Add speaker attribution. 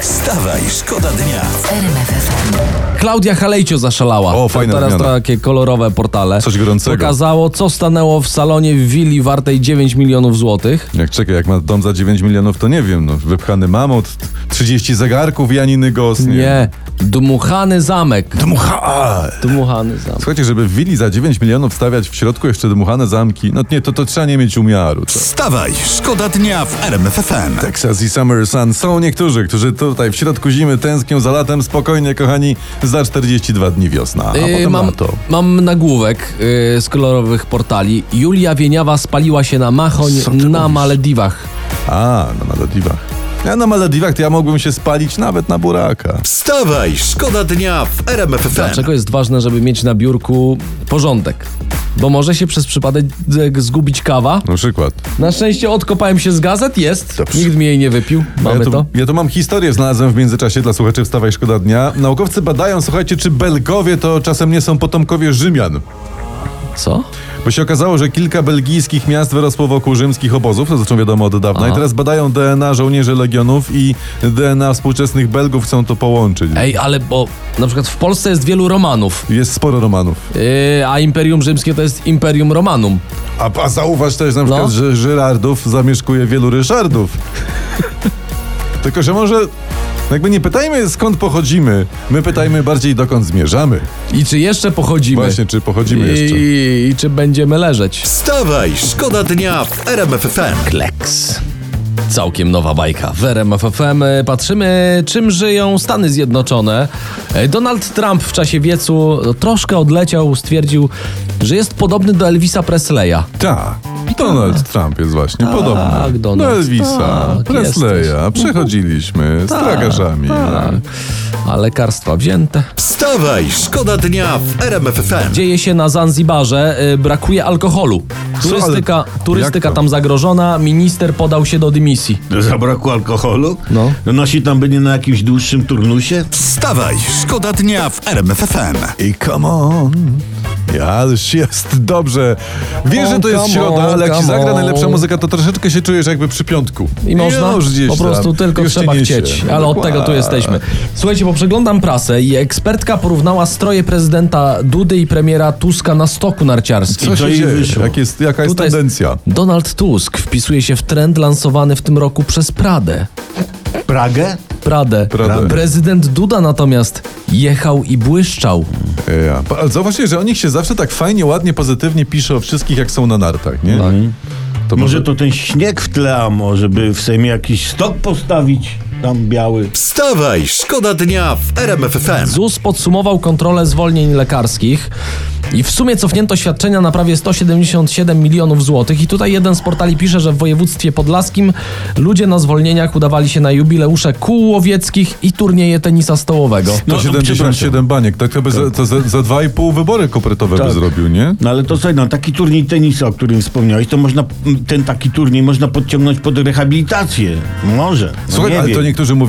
Speaker 1: Wstawaj, szkoda dnia.
Speaker 2: Klaudia Halejcio zaszalała.
Speaker 3: O, fajna
Speaker 2: Teraz
Speaker 3: wymiana.
Speaker 2: takie kolorowe portale.
Speaker 3: Coś gorącego.
Speaker 2: Pokazało, co stanęło w salonie w willi wartej 9 milionów złotych.
Speaker 3: Jak czekaj, jak ma dom za 9 milionów, to nie wiem, no, wypchany mamut, 30 zegarków Janiny Gos, nie.
Speaker 2: Nie, dmuchany zamek.
Speaker 3: Dmucha! a!
Speaker 2: Dmuchany zamek.
Speaker 3: Słuchajcie, żeby w willi za 9 milionów stawiać w środku jeszcze dmuchane zamki, no nie, to, to trzeba nie mieć umiaru. To.
Speaker 1: Wstawaj, szkoda dnia w RMF FM.
Speaker 3: Texas i Summer Sun są niektórzy, którzy tutaj w środku zimy tęsknią za latem. Spokojnie, kochani, za 42 dni wiosna, a
Speaker 2: Yy,
Speaker 3: potem
Speaker 2: mam,
Speaker 3: lato.
Speaker 2: mam nagłówek yy, z kolorowych portali. Julia Wieniawa spaliła się na machoń
Speaker 3: Co ty
Speaker 2: na
Speaker 3: mówisz?
Speaker 2: Malediwach.
Speaker 3: A, na Malediwach. Ja na Malediwach to ja mógłbym się spalić nawet na buraka.
Speaker 1: Wstawaj, szkoda dnia w RMF FM.
Speaker 2: Dlaczego jest ważne, żeby mieć na biurku porządek? Bo może się przez przypadek e, zgubić kawa.
Speaker 3: Na przykład.
Speaker 2: Na szczęście odkopałem się z gazet, jest.
Speaker 3: Dobrze.
Speaker 2: Nikt mi jej nie wypił. Mamy
Speaker 3: No, ja tu,
Speaker 2: to.
Speaker 3: Ja tu mam historię, znalazłem w międzyczasie dla słuchaczy Wstawaj Szkoda Dnia. Naukowcy badają, słuchajcie, czy Belgowie to czasem nie są potomkowie Rzymian.
Speaker 2: Co?
Speaker 3: Bo się okazało, że kilka belgijskich miast wyrosło wokół rzymskich obozów, to zresztą wiadomo od dawna. I
Speaker 2: Aha.
Speaker 3: teraz badają DNA żołnierzy legionów i DNA współczesnych Belgów, chcą to połączyć.
Speaker 2: Ej, ale bo na przykład w Polsce jest wielu Romanów,
Speaker 3: Jest sporo Romanów.
Speaker 2: yy, a Imperium Rzymskie to jest Imperium Romanum.
Speaker 3: A, a zauważ też na przykład,
Speaker 2: No.
Speaker 3: że Żyrardów zamieszkuje wielu Ryszardów. Tylko, że może jakby nie pytajmy skąd pochodzimy, my pytajmy bardziej dokąd zmierzamy.
Speaker 2: I czy jeszcze pochodzimy?
Speaker 3: Właśnie, czy pochodzimy
Speaker 2: I,
Speaker 3: jeszcze.
Speaker 2: i, I czy będziemy leżeć?
Speaker 1: Wstawaj, szkoda dnia w RMF FM.
Speaker 2: Kleks. Całkiem nowa bajka. W RMF FM y, patrzymy, czym żyją Stany Zjednoczone. Y, Donald Trump w czasie wiecu troszkę odleciał, stwierdził, że jest podobny do Elvisa Presleya.
Speaker 3: Tak. Donald Trump jest właśnie podobny.
Speaker 2: Tak, Donald,
Speaker 3: Do Elvisa,
Speaker 2: tak,
Speaker 3: Presleya. Przechodziliśmy z tragarzami.
Speaker 2: tak. A lekarstwa wzięte.
Speaker 1: Wstawaj, szkoda dnia w RMF FM.
Speaker 2: Dzieje się na Zanzibarze, y, brakuje alkoholu. Turystyka,
Speaker 3: ale-
Speaker 2: turystyka
Speaker 3: jak to?
Speaker 2: tam zagrożona, minister podał się do dymisji.
Speaker 4: Zabrakło alkoholu?
Speaker 2: No.
Speaker 4: Nosi tam będzie na jakimś dłuższym turnusie?
Speaker 1: Wstawaj, szkoda dnia w RMF FM.
Speaker 3: I come on. Ależ jest dobrze. Wiesz, że to jest
Speaker 2: Come on,
Speaker 3: środa, ale jak
Speaker 2: come
Speaker 3: ci zagra
Speaker 2: on.
Speaker 3: najlepsza muzyka, to troszeczkę się czujesz jakby przy piątku.
Speaker 2: I można?
Speaker 3: no, Już gdzieś
Speaker 2: po prostu
Speaker 3: tam.
Speaker 2: tylko
Speaker 3: Już cię
Speaker 2: trzeba
Speaker 3: niesie.
Speaker 2: chcieć. Ale od tego tu
Speaker 3: Dokładnie.
Speaker 2: jesteśmy. Słuchajcie, bo przeglądam prasę i ekspertka porównała stroje prezydenta Dudy i premiera Tuska na stoku narciarskim.
Speaker 3: Co
Speaker 4: I to
Speaker 3: się
Speaker 4: jej
Speaker 3: dzieje?
Speaker 4: wyszło.
Speaker 3: Jak jest, jaka jest
Speaker 2: Tutaj jest-
Speaker 3: tendencja?
Speaker 2: Donald Tusk wpisuje się w trend lansowany w tym roku przez Pradę.
Speaker 4: Pragę?
Speaker 2: Pradę.
Speaker 3: Pradę.
Speaker 2: Prezydent Duda natomiast jechał i błyszczał.
Speaker 3: Ja. Pa- Ale zauważcie, że o nich się zawsze tak fajnie, ładnie, pozytywnie pisze o wszystkich, jak są na nartach,
Speaker 2: Tak.
Speaker 3: nie? To
Speaker 4: Może to ten śnieg w tle, a może by w Sejmie jakiś stok postawić tam biały.
Speaker 1: Wstawaj, szkoda dnia w RMF FM.
Speaker 2: ZUS podsumował kontrolę zwolnień lekarskich i w sumie cofnięto świadczenia na prawie 177 milionów złotych. I tutaj jeden z portali pisze, że w województwie podlaskim ludzie na zwolnieniach udawali się na jubileusze kół łowieckich i turnieje tenisa stołowego.
Speaker 3: To
Speaker 4: No,
Speaker 3: 77 baniek, tak to by za, to za, za 2,5 wybory kopertowe by
Speaker 4: Tak.
Speaker 3: zrobił, nie?
Speaker 4: No ale to słuchaj, no taki turniej tenisa, o którym wspomniałeś, to można, ten taki turniej można podciągnąć pod rehabilitację. Może. No,
Speaker 3: Słuchaj,
Speaker 4: nie
Speaker 3: ale
Speaker 4: wiem.
Speaker 3: to niektórzy mówią,